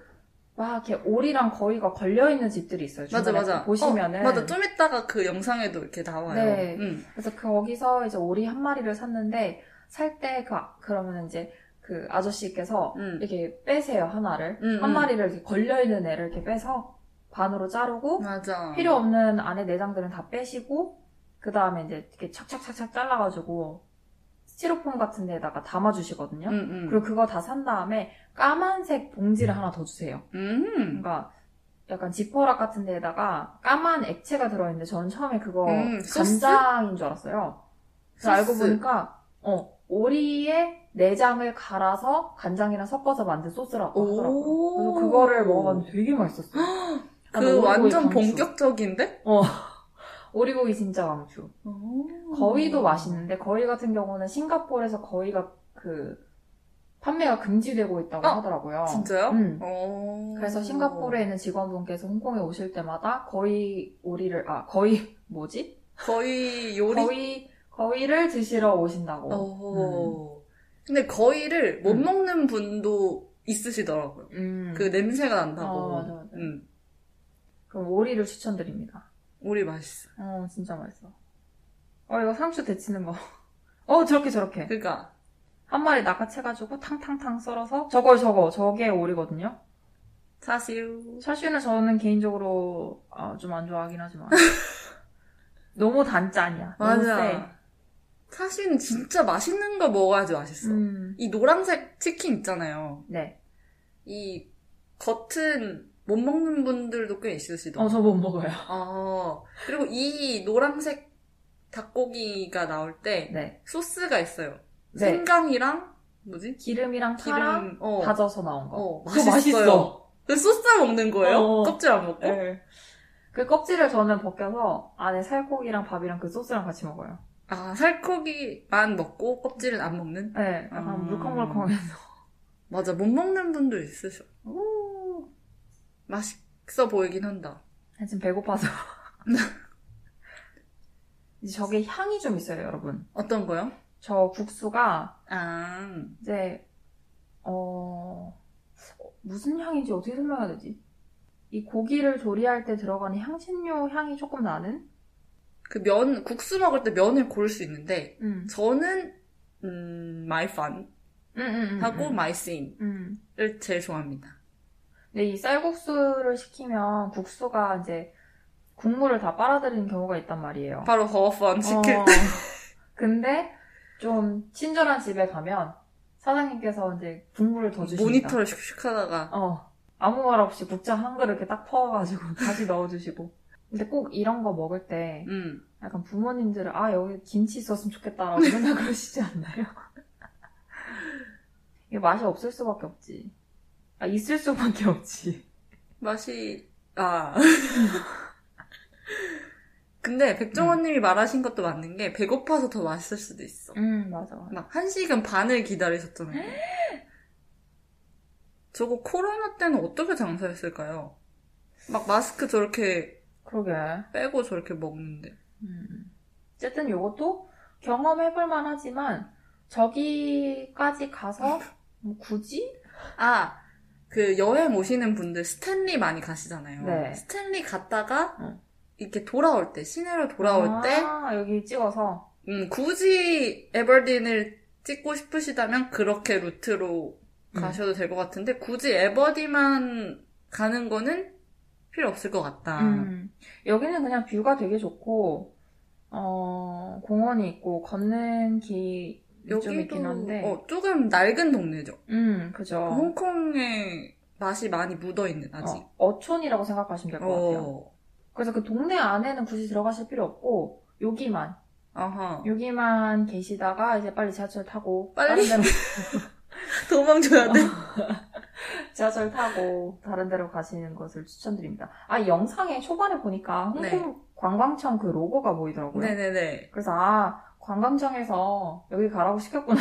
Speaker 2: 막 이렇게 오리랑 거위가 걸려있는 집들이 있어요.
Speaker 1: 맞아,
Speaker 2: 주변에
Speaker 1: 맞아.
Speaker 2: 보시면은.
Speaker 1: 어, 맞아. 좀 이따가 그 영상에도 이렇게 나와요.
Speaker 2: 네.
Speaker 1: 음.
Speaker 2: 그래서 거기서 이제 오리 한 마리를 샀는데, 살 때 그, 아- 그러면 이제 그 아저씨께서
Speaker 1: 음.
Speaker 2: 이렇게 빼세요, 하나를.
Speaker 1: 음,
Speaker 2: 한
Speaker 1: 음.
Speaker 2: 마리를 이렇게 걸려있는 애를 이렇게 빼서 반으로 자르고,
Speaker 1: 맞아.
Speaker 2: 어? 필요 없는 안에 내장들은 다 빼시고, 그 다음에 이제 이렇게 착착착착 잘라가지고, 스티로폼 같은 데다가 담아주시거든요.
Speaker 1: 음, 음.
Speaker 2: 그리고 그거 다 산 다음에 까만색 봉지를 하나 더 주세요.
Speaker 1: 음.
Speaker 2: 그러니까 약간 지퍼락 같은 데에다가 까만 액체가 들어있는데 저는 처음에 그거
Speaker 1: 음, 소스?
Speaker 2: 간장인 줄 알았어요. 그래서 알고
Speaker 1: 소스.
Speaker 2: 보니까 어, 오리의 내장을 갈아서 간장이랑 섞어서 만든 소스라고 하더라고요.
Speaker 1: 오.
Speaker 2: 그래서 그거를 먹었는데 되게 맛있었어요. 약간
Speaker 1: 그
Speaker 2: 오리고기
Speaker 1: 완전
Speaker 2: 강추.
Speaker 1: 본격적인데?
Speaker 2: 오리고기 진짜 강추.
Speaker 1: 음.
Speaker 2: 거위도 맛있는데 거위 같은 경우는 싱가포르에서 거위가 그 판매가 금지되고 있다고
Speaker 1: 어,
Speaker 2: 하더라고요.
Speaker 1: 진짜요? 어.
Speaker 2: 음.
Speaker 1: 오.
Speaker 2: 그래서 싱가포르에 있는 직원분께서 홍콩에 오실 때마다 거위 오리를 아 거위 뭐지?
Speaker 1: 거의 요리
Speaker 2: 거위 거위를 드시러 오신다고.
Speaker 1: 어. 근데 거위를 못
Speaker 2: 음.
Speaker 1: 먹는 분도 있으시더라고요.
Speaker 2: 음.
Speaker 1: 그 냄새가 난다고.
Speaker 2: 어, 맞아, 맞아.
Speaker 1: 음.
Speaker 2: 그럼 오리를 추천드립니다.
Speaker 1: 오리 맛있어.
Speaker 2: 어 진짜 맛있어. 어 이거 상추 데치는 거. 어 저렇게 저렇게
Speaker 1: 그러니까
Speaker 2: 한 마리 낚아채가지고 탕탕탕 썰어서 저거 저거 저게 오리거든요.
Speaker 1: 사실
Speaker 2: 샤슈는 저는 개인적으로 좀 안 좋아하긴 하지만 너무 단짠이야. 너무 세.
Speaker 1: 맞아. 사실은 진짜 맛있는 거 먹어야지 맛있어.
Speaker 2: 음.
Speaker 1: 이 노란색 치킨 있잖아요.
Speaker 2: 네.
Speaker 1: 이 겉은 못 먹는 분들도 꽤 있으시더라고요.
Speaker 2: 어, 저 못 먹어요.
Speaker 1: 어, 그리고 이 노란색 닭고기가 나올 때
Speaker 2: 네.
Speaker 1: 소스가 있어요.
Speaker 2: 네.
Speaker 1: 생강이랑 뭐지?
Speaker 2: 기름이랑 파랑
Speaker 1: 기름 어.
Speaker 2: 다져서 나온 거.
Speaker 1: 어,
Speaker 2: 그거
Speaker 1: 맛있어요. 그 소스 먹는 거예요?
Speaker 2: 어.
Speaker 1: 껍질 안 먹고?
Speaker 2: 네. 그 껍질을 저는 벗겨서 안에 살코기랑 밥이랑 그 소스랑 같이 먹어요.
Speaker 1: 아, 살코기만 먹고 껍질은 안 먹는?
Speaker 2: 네. 약간
Speaker 1: 음.
Speaker 2: 물컹물컹해서.
Speaker 1: 맞아, 못 먹는 분도 있으셔. 맛있어 보이긴 한다.
Speaker 2: 음. 아, 지금 배고파서. 이제 저게 향이 좀 있어요, 여러분.
Speaker 1: 어떤 거요?
Speaker 2: 저 국수가
Speaker 1: 아,
Speaker 2: 이제 어 무슨 향인지 어떻게 설명해야 되지? 이 고기를 조리할 때 들어가는 향신료 향이 조금 나는?
Speaker 1: 그 면, 국수 먹을 때 면을 고를 수 있는데,
Speaker 2: 음.
Speaker 1: 저는, 음, 마이판
Speaker 2: 음, 음, 음,
Speaker 1: 하고
Speaker 2: 음.
Speaker 1: 마이스인을
Speaker 2: 음.
Speaker 1: 제일 좋아합니다.
Speaker 2: 근데 이 쌀국수를 시키면 국수가 이제 국물을 다 빨아들이는 경우가 있단 말이에요.
Speaker 1: 바로 허펀 시킬
Speaker 2: 어.
Speaker 1: 때.
Speaker 2: 근데 좀 친절한 집에 가면 사장님께서 이제 국물을 더 주십니다.
Speaker 1: 모니터를 슉슉 하다가,
Speaker 2: 어. 아무 말 없이 국자 한 그릇 이렇게 딱 퍼가지고 다시 넣어주시고. 근데 꼭 이런 거 먹을 때
Speaker 1: 음,
Speaker 2: 약간 부모님들은 아 여기 김치 있었으면 좋겠다라고 맨날 그러시지 않나요? 이게 맛이 없을 수밖에 없지. 아 있을 수밖에 없지.
Speaker 1: 맛이, 아. 근데 백종원님이 말하신 것도 맞는 게, 배고파서 더 맛있을 수도 있어.
Speaker 2: 음 맞아 맞아.
Speaker 1: 막 한시간 반을 기다리셨잖아요. 저거 코로나 때는 어떻게 장사했을까요? 막 마스크 저렇게
Speaker 2: 그러게.
Speaker 1: 빼고 저렇게 먹는데.
Speaker 2: 음. 어쨌든 요것도 경험해볼 만하지만 저기까지 가서 뭐 굳이?
Speaker 1: 아, 그 여행 오시는 분들 스탠리 많이 가시잖아요.
Speaker 2: 네.
Speaker 1: 스탠리 갔다가
Speaker 2: 응.
Speaker 1: 이렇게 돌아올 때, 시내로 돌아올
Speaker 2: 아,
Speaker 1: 때,
Speaker 2: 여기 찍어서
Speaker 1: 음, 굳이 에버딘을 찍고 싶으시다면 그렇게 루트로
Speaker 2: 음.
Speaker 1: 가셔도 될 것 같은데, 굳이 에버딘만 가는 거는 필요 없을 것 같다.
Speaker 2: 음. 여기는 그냥 뷰가 되게 좋고 어 공원이 있고 걷는 길이 좀 있긴 한데
Speaker 1: 어, 조금 낡은 동네죠.
Speaker 2: 음 그죠.
Speaker 1: 홍콩의 맛이 많이 묻어있는 아직.
Speaker 2: 어, 어촌이라고 생각하시면 될 것 같아요.
Speaker 1: 어.
Speaker 2: 그래서 그 동네 안에는 굳이 들어가실 필요 없고 여기만
Speaker 1: 아하.
Speaker 2: 여기만 계시다가 이제 빨리 지하철 타고
Speaker 1: 빨리?
Speaker 2: 다른 데로,
Speaker 1: 도망줘야
Speaker 2: 어,
Speaker 1: 돼?
Speaker 2: 지하철 타고 다른 데로 가시는 것을 추천드립니다. 아 영상에 초반에 보니까 홍콩
Speaker 1: 네.
Speaker 2: 관광청 그 로고가 보이더라고요.
Speaker 1: 네네네.
Speaker 2: 그래서 아 관광청에서 여기 가라고 시켰구나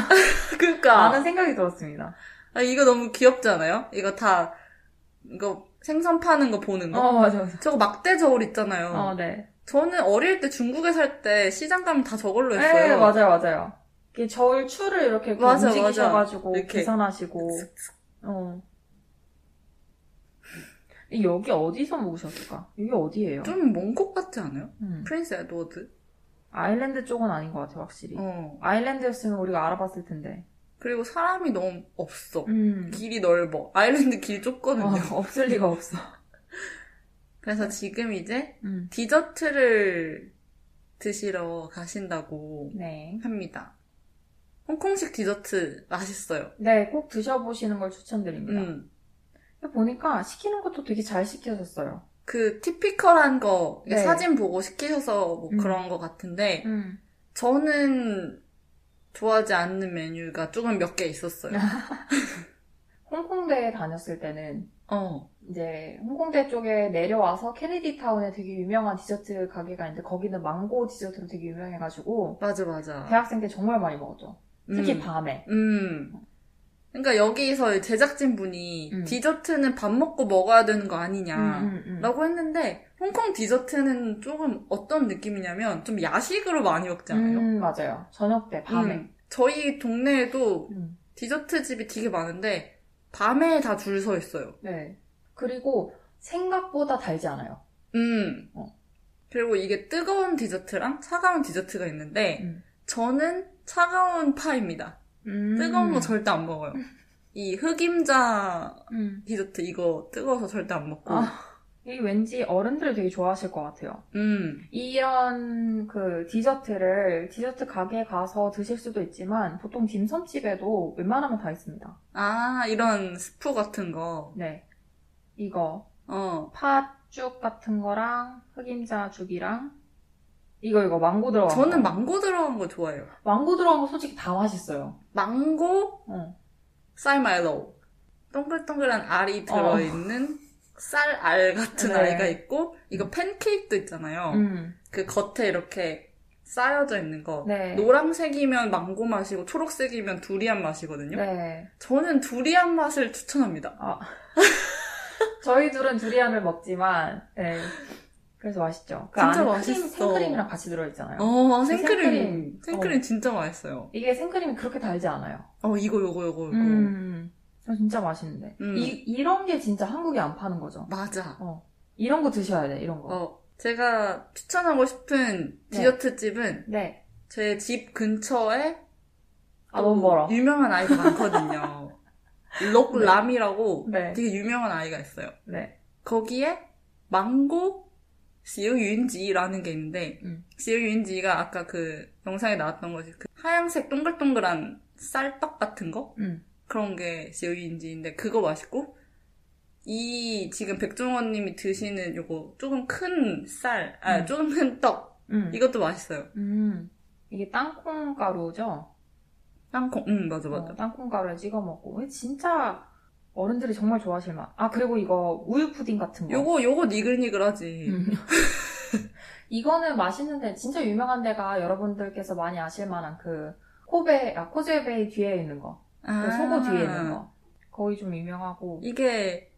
Speaker 1: 그니까.
Speaker 2: 라는 생각이 들었습니다.
Speaker 1: 아, 이거 너무 귀엽지 않아요? 이거 다, 이거 생선 파는 거 보는 거.
Speaker 2: 어 맞아 맞아.
Speaker 1: 저거 막대 저울 있잖아요.
Speaker 2: 어 네.
Speaker 1: 저는 어릴 때 중국에 살 때 시장 가면 다 저걸로 했어요.
Speaker 2: 네 맞아요 맞아요. 이게 저울 추를 이렇게 이렇게
Speaker 1: 맞아,
Speaker 2: 움직이셔가지고
Speaker 1: 맞아. 이렇게.
Speaker 2: 계산하시고. 어. 이 여기 어디서 묵으셨을까? 여기 어디예요?
Speaker 1: 좀먼곳 같지 않아요?
Speaker 2: 음.
Speaker 1: 프린스 에드워드.
Speaker 2: 아일랜드 쪽은 아닌 것 같아요, 확실히.
Speaker 1: 어.
Speaker 2: 아일랜드였으면 우리가 알아봤을 텐데.
Speaker 1: 그리고 사람이 너무 없어.
Speaker 2: 음.
Speaker 1: 길이 넓어. 아일랜드 길 좁거든요.
Speaker 2: 어, 없을 리가 없어.
Speaker 1: 그래서 지금 이제
Speaker 2: 음.
Speaker 1: 디저트를 드시러 가신다고
Speaker 2: 네.
Speaker 1: 합니다. 홍콩식 디저트 맛있어요.
Speaker 2: 네, 꼭 드셔보시는 걸 추천드립니다.
Speaker 1: 음.
Speaker 2: 보니까 시키는 것도 되게 잘 시켜졌어요.
Speaker 1: 그 티피컬한 거
Speaker 2: 네.
Speaker 1: 사진 보고 시키셔서 뭐
Speaker 2: 음.
Speaker 1: 그런 거 같은데
Speaker 2: 음.
Speaker 1: 저는 좋아하지 않는 메뉴가 조금 몇 개 있었어요.
Speaker 2: 아. 홍콩대에 다녔을 때는
Speaker 1: 어.
Speaker 2: 이제 홍콩대 쪽에 내려와서 케네디 타운에 되게 유명한 디저트 가게가 있는데 거기는 망고 디저트로 되게 유명해가지고
Speaker 1: 맞아, 맞아.
Speaker 2: 대학생 때 정말 많이 먹었죠. 특히
Speaker 1: 음.
Speaker 2: 밤에.
Speaker 1: 음. 그러니까 여기서 제작진 분이
Speaker 2: 음.
Speaker 1: 디저트는 밥 먹고 먹어야 되는 거 아니냐.
Speaker 2: 음, 음, 음.
Speaker 1: 라고 했는데 홍콩 디저트는 조금 어떤 느낌이냐면 좀 야식으로 많이 먹잖아요.
Speaker 2: 음, 맞아요. 저녁 때, 밤에.
Speaker 1: 음. 저희 동네에도
Speaker 2: 음.
Speaker 1: 디저트 집이 되게 많은데 밤에 다 줄 서 있어요.
Speaker 2: 네. 그리고 생각보다 달지 않아요.
Speaker 1: 음.
Speaker 2: 어.
Speaker 1: 그리고 이게 뜨거운 디저트랑 차가운 디저트가 있는데
Speaker 2: 음.
Speaker 1: 저는 차가운 파입니다. 뜨거운 거 절대 안 먹어요. 이 흑임자
Speaker 2: 음.
Speaker 1: 디저트 이거 뜨거워서 절대 안 먹고.
Speaker 2: 아. 이게 왠지 어른들을 되게 좋아하실 것 같아요.
Speaker 1: 음.
Speaker 2: 이런 그 디저트를 디저트 가게에 가서 드실 수도 있지만 보통 딤섬집에도 웬만하면 다 있습니다.
Speaker 1: 아, 이런 스프 같은 거.
Speaker 2: 네. 이거
Speaker 1: 어.
Speaker 2: 팥죽 같은 거랑 흑임자 죽이랑 이거 이거 망고 들어간
Speaker 1: 저는
Speaker 2: 거.
Speaker 1: 망고 들어간 거 좋아해요.
Speaker 2: 망고 들어간 거 솔직히 다 맛있어요.
Speaker 1: 망고
Speaker 2: 어.
Speaker 1: 쌀 마일로. 동글동글한 알이 들어있는 쌀 알 같은
Speaker 2: 네.
Speaker 1: 알가 있고, 이거 팬케이크도 있잖아요.
Speaker 2: 음.
Speaker 1: 그 겉에 이렇게 쌓여져 있는 거.
Speaker 2: 네.
Speaker 1: 노란색이면 망고 맛이고, 초록색이면 두리안 맛이거든요.
Speaker 2: 네.
Speaker 1: 저는 두리안 맛을 추천합니다.
Speaker 2: 저희 둘은 두리안을 먹지만, 네. 그래서 맛있죠. 그
Speaker 1: 진짜
Speaker 2: 안에 크림,
Speaker 1: 맛있어.
Speaker 2: 생크림이랑 같이 들어있잖아요.
Speaker 1: 어,
Speaker 2: 그
Speaker 1: 생크림.
Speaker 2: 생크림.
Speaker 1: 생크림 진짜 맛있어요.
Speaker 2: 이게 생크림이 그렇게 달지 않아요.
Speaker 1: 어, 이거, 요거, 요거, 요거.
Speaker 2: 음. 어, 진짜 맛있는데.
Speaker 1: 음.
Speaker 2: 이, 이런 게 진짜 한국에 안 파는 거죠.
Speaker 1: 맞아.
Speaker 2: 어. 이런 거 드셔야 돼, 이런 거.
Speaker 1: 어, 제가 추천하고 싶은
Speaker 2: 네.
Speaker 1: 디저트 집은
Speaker 2: 네.
Speaker 1: 제 집 근처에
Speaker 2: 아, 너무 멀어.
Speaker 1: 유명한 아이가 많거든요. 록람이라고
Speaker 2: 네.
Speaker 1: 되게 유명한 아이가 있어요.
Speaker 2: 네.
Speaker 1: 거기에 망고 시우윤지라는 게 있는데
Speaker 2: 음.
Speaker 1: 시우윤지가 아까 그 영상에 나왔던 거지 그 하얀색 동글동글한 쌀떡 같은 거
Speaker 2: 음.
Speaker 1: 그런 게 시우윤지인데 그거 맛있고 이 지금 백종원님이 드시는 요거 조금 큰 쌀, 아
Speaker 2: 음.
Speaker 1: 조금 큰 떡
Speaker 2: 음.
Speaker 1: 이것도 맛있어요.
Speaker 2: 음. 이게 땅콩 가루죠?
Speaker 1: 땅콩, 응 맞아 맞아.
Speaker 2: 어, 땅콩 가루에 찍어 먹고. 이게 진짜 어른들이 정말 좋아하실 맛. 아, 그리고 이거 우유 푸딩 같은 거.
Speaker 1: 요거 요거 니글니글하지.
Speaker 2: 음. 이거는 맛있는데 진짜 유명한 데가 여러분들께서 많이 아실 만한 그 코베 아 코즈베이 뒤에 있는 거, 그
Speaker 1: 아.
Speaker 2: 소고 뒤에 있는 거 거기 좀 유명하고.
Speaker 1: 이게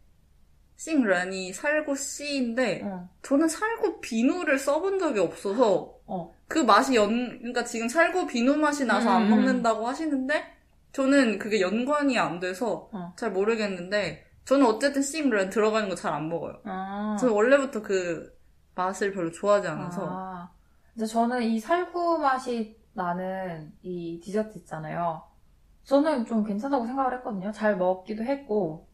Speaker 1: 싱런이 살구 씨인데
Speaker 2: 어.
Speaker 1: 저는 살구 비누를 써본 적이 없어서
Speaker 2: 어.
Speaker 1: 그 맛이 연 그러니까 지금 살구 비누 맛이 나서 안
Speaker 2: 음.
Speaker 1: 먹는다고 하시는데 저는 그게 연관이 안 돼서
Speaker 2: 어.
Speaker 1: 잘 모르겠는데 저는 어쨌든 싱런 들어가는 거 잘 안 먹어요.
Speaker 2: 아.
Speaker 1: 저는 원래부터 그 맛을 별로 좋아하지 않아서
Speaker 2: 아. 이제 저는 이 살구 맛이 나는 이 디저트 있잖아요. 저는 좀 괜찮다고 생각을 했거든요. 잘 먹기도 했고.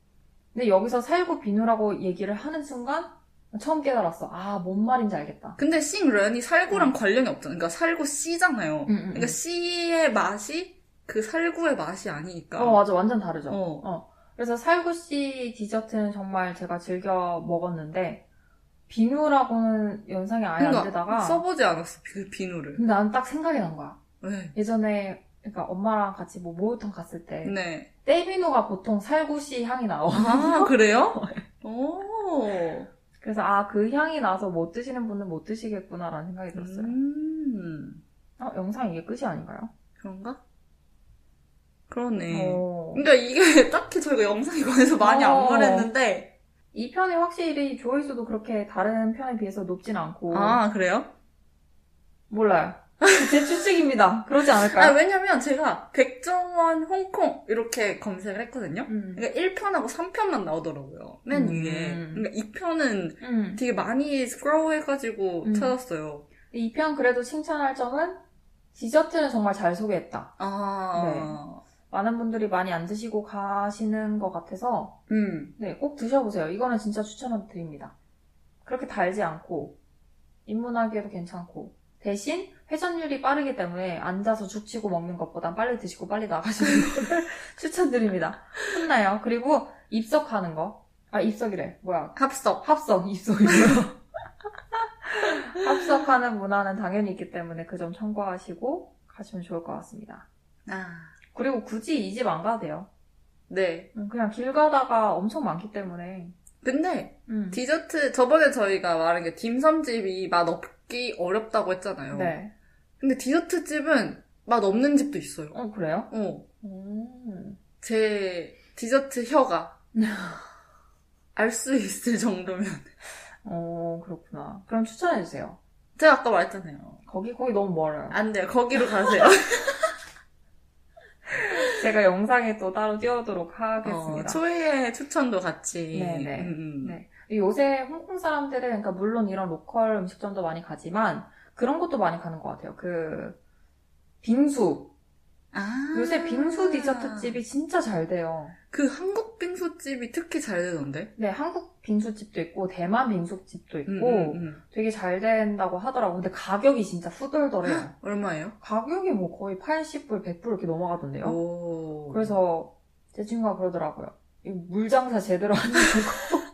Speaker 2: 근데 여기서 살구 비누라고 얘기를 하는 순간 처음 깨달았어. 아, 뭔 말인지 알겠다.
Speaker 1: 근데 싱런이 살구랑 관련이 없잖아요. 그러니까 살구 씨잖아요.
Speaker 2: 어. 음, 음, 음.
Speaker 1: 그러니까 씨의 맛이 그 살구의 맛이 아니니까.
Speaker 2: 어, 맞아. 완전 다르죠.
Speaker 1: 어.
Speaker 2: 그래서 살구씨 디저트는 정말 제가 즐겨 먹었는데, 비누라고는 연상이 아예
Speaker 1: 그러니까
Speaker 2: 안 되다가
Speaker 1: 써보지 않았어 그 비누를.
Speaker 2: 근데 난 딱 생각이 난 거야.
Speaker 1: 네.
Speaker 2: 예전에 그러니까 엄마랑 같이 뭐 목욕탕 갔을 때
Speaker 1: 네.
Speaker 2: 떼비누가 보통 살구시 향이 나와.
Speaker 1: 아 그래요? 오.
Speaker 2: 그래서 아 그 향이 나서 못 드시는 분은 못 드시겠구나라는 생각이 들었어요.
Speaker 1: 음.
Speaker 2: 어, 영상 이게 끝이 아닌가요?
Speaker 1: 그런가? 그러네.
Speaker 2: 어.
Speaker 1: 그러니까 이게 딱히 저희가 영상에 관해서 많이 안
Speaker 2: 어.
Speaker 1: 말했는데.
Speaker 2: 이 편이 확실히 조회수도 그렇게 다른 편에 비해서 높진 않고
Speaker 1: 아 그래요?
Speaker 2: 몰라요. 제 추측입니다. 그러지
Speaker 1: 아
Speaker 2: 않을까요?
Speaker 1: 왜냐면 제가 백종원 홍콩 이렇게 검색을 했거든요.
Speaker 2: 음.
Speaker 1: 그러니까 1편하고 3편만 나오더라고요. 맨
Speaker 2: 음.
Speaker 1: 위에. 그러니까 2편은
Speaker 2: 음.
Speaker 1: 되게 많이 스크롤 해가지고
Speaker 2: 음.
Speaker 1: 찾았어요.
Speaker 2: 이 편 그래도 칭찬할 점은 디저트는 정말 잘 소개했다.
Speaker 1: 아.
Speaker 2: 많은 분들이 많이 안 드시고 가시는 것 같아서
Speaker 1: 음.
Speaker 2: 네, 꼭 드셔보세요. 이거는 진짜 추천을 드립니다. 그렇게 달지 않고 입문하기에도 괜찮고 대신 회전율이 빠르기 때문에 앉아서 죽치고 먹는 것보단 빨리 드시고 빨리 나가시는 걸 추천드립니다. 혼나요. 그리고 입석하는 거. 아 입석이래. 뭐야?
Speaker 1: 합석.
Speaker 2: 합석, 입소이고요. 합석하는 문화는 당연히 있기 때문에 그 점 참고하시고 가시면 좋을 것 같습니다.
Speaker 1: 아.
Speaker 2: 그리고 굳이 이 집 안 가도 돼요.
Speaker 1: 네.
Speaker 2: 음, 그냥 길 가다가 엄청 많기 때문에.
Speaker 1: 근데
Speaker 2: 음.
Speaker 1: 디저트 저번에 저희가 말한 게 딤섬집이 맛 없기 어렵다고 했잖아요.
Speaker 2: 네.
Speaker 1: 근데 디저트 집은 맛 없는 집도 있어요.
Speaker 2: 어, 그래요?
Speaker 1: 어.
Speaker 2: 음.
Speaker 1: 제 디저트 혀가 알 수 있을 정도면
Speaker 2: 어, 그렇구나. 그럼 추천해주세요.
Speaker 1: 제가 아까 말했잖아요.
Speaker 2: 거기, 거기 너무 멀어요.
Speaker 1: 안 돼요. 거기로 가세요.
Speaker 2: 제가 영상에 또 따로 띄워도록 하겠습니다.
Speaker 1: 어, 초이의 추천도 같이.
Speaker 2: 네네.
Speaker 1: 음, 음.
Speaker 2: 네. 요새 홍콩 사람들은, 그러니까 물론 이런 로컬 음식점도 많이 가지만, 그런 것도 많이 가는 것 같아요. 그, 빙수.
Speaker 1: 아.
Speaker 2: 요새 빙수 디저트집이 진짜 잘 돼요.
Speaker 1: 그 한국 빙수집이 특히 잘 되던데?
Speaker 2: 네, 한국 빙수집도 있고, 대만 빙수집도
Speaker 1: 음,
Speaker 2: 있고,
Speaker 1: 음, 음.
Speaker 2: 되게 잘 된다고 하더라고요. 근데 가격이 진짜 후덜덜해요.
Speaker 1: 얼마예요?
Speaker 2: 가격이 뭐 거의 80불, 100불 이렇게 넘어가던데요.
Speaker 1: 오.
Speaker 2: 그래서 제 친구가 그러더라고요. 이 물장사 제대로 안 되고.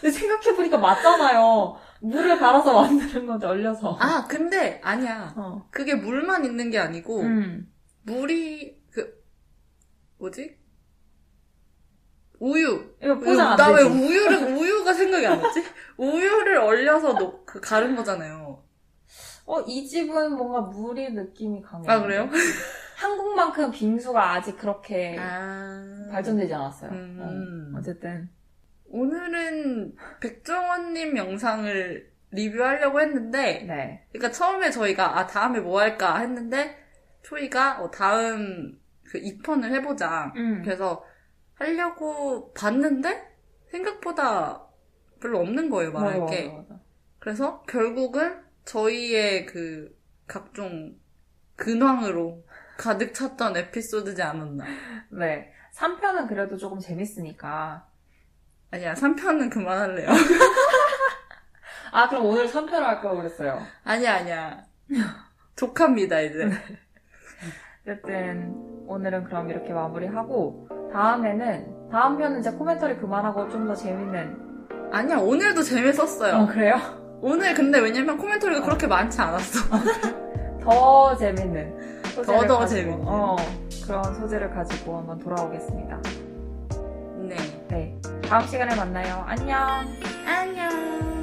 Speaker 2: 근데 생각해보니까 맞잖아요. 물을 갈아서 만드는 건지 얼려서.
Speaker 1: 아, 근데 아니야.
Speaker 2: 어.
Speaker 1: 그게 물만 있는 게 아니고,
Speaker 2: 음.
Speaker 1: 물이, 그, 뭐지? 우유.
Speaker 2: 이거 포장 안
Speaker 1: 나 왜
Speaker 2: 되지.
Speaker 1: 우유를 우유가 생각이 안 나지? 우유를 얼려서 녹, 그 가른 거잖아요.
Speaker 2: 어, 이 집은 뭔가 물이 느낌이 강해요.
Speaker 1: 아 그래요?
Speaker 2: 한국만큼 빙수가 아직 그렇게
Speaker 1: 아
Speaker 2: 네. 발전되지 않았어요.
Speaker 1: 음.
Speaker 2: 어. 쨌든
Speaker 1: 오늘은 백종원님 영상을 리뷰하려고 했는데,
Speaker 2: 네.
Speaker 1: 그러니까 처음에 저희가 아 다음에 뭐 할까 했는데 초이가 어, 다음 그 2편을 해보자. 음. 그래서 하려고 봤는데 생각보다 별로 없는 거예요 말할
Speaker 2: 맞아,
Speaker 1: 게.
Speaker 2: 맞아, 맞아.
Speaker 1: 그래서 결국은 저희의 그 각종 근황으로 가득 찼던 에피소드지 않았나.
Speaker 2: 네. 3편은 그래도 조금 재밌으니까.
Speaker 1: 아니야, 3편은 그만할래요.
Speaker 2: 아, 그럼 오늘 3편을 할 걸 그랬어요.
Speaker 1: 아니야, 아니야. 족합니다, 이제.
Speaker 2: 어쨌든 오늘은 그럼 이렇게 마무리하고 다음에는 다음 편은 이제 코멘터리 그만하고 좀 더 재밌는
Speaker 1: 아니야, 오늘도
Speaker 2: 어
Speaker 1: 재밌었어요.
Speaker 2: 그래요?
Speaker 1: 오늘 근데 왜냐면 코멘터리가 그렇게 많지 않았어.
Speaker 2: 더 재밌는 소재를
Speaker 1: 더더
Speaker 2: 가지고,
Speaker 1: 재밌는.
Speaker 2: 어, 그런 소재를 가지고 한번 돌아오겠습니다.
Speaker 1: 네.
Speaker 2: 네 다음 시간에 만나요. 안녕.
Speaker 1: 안녕.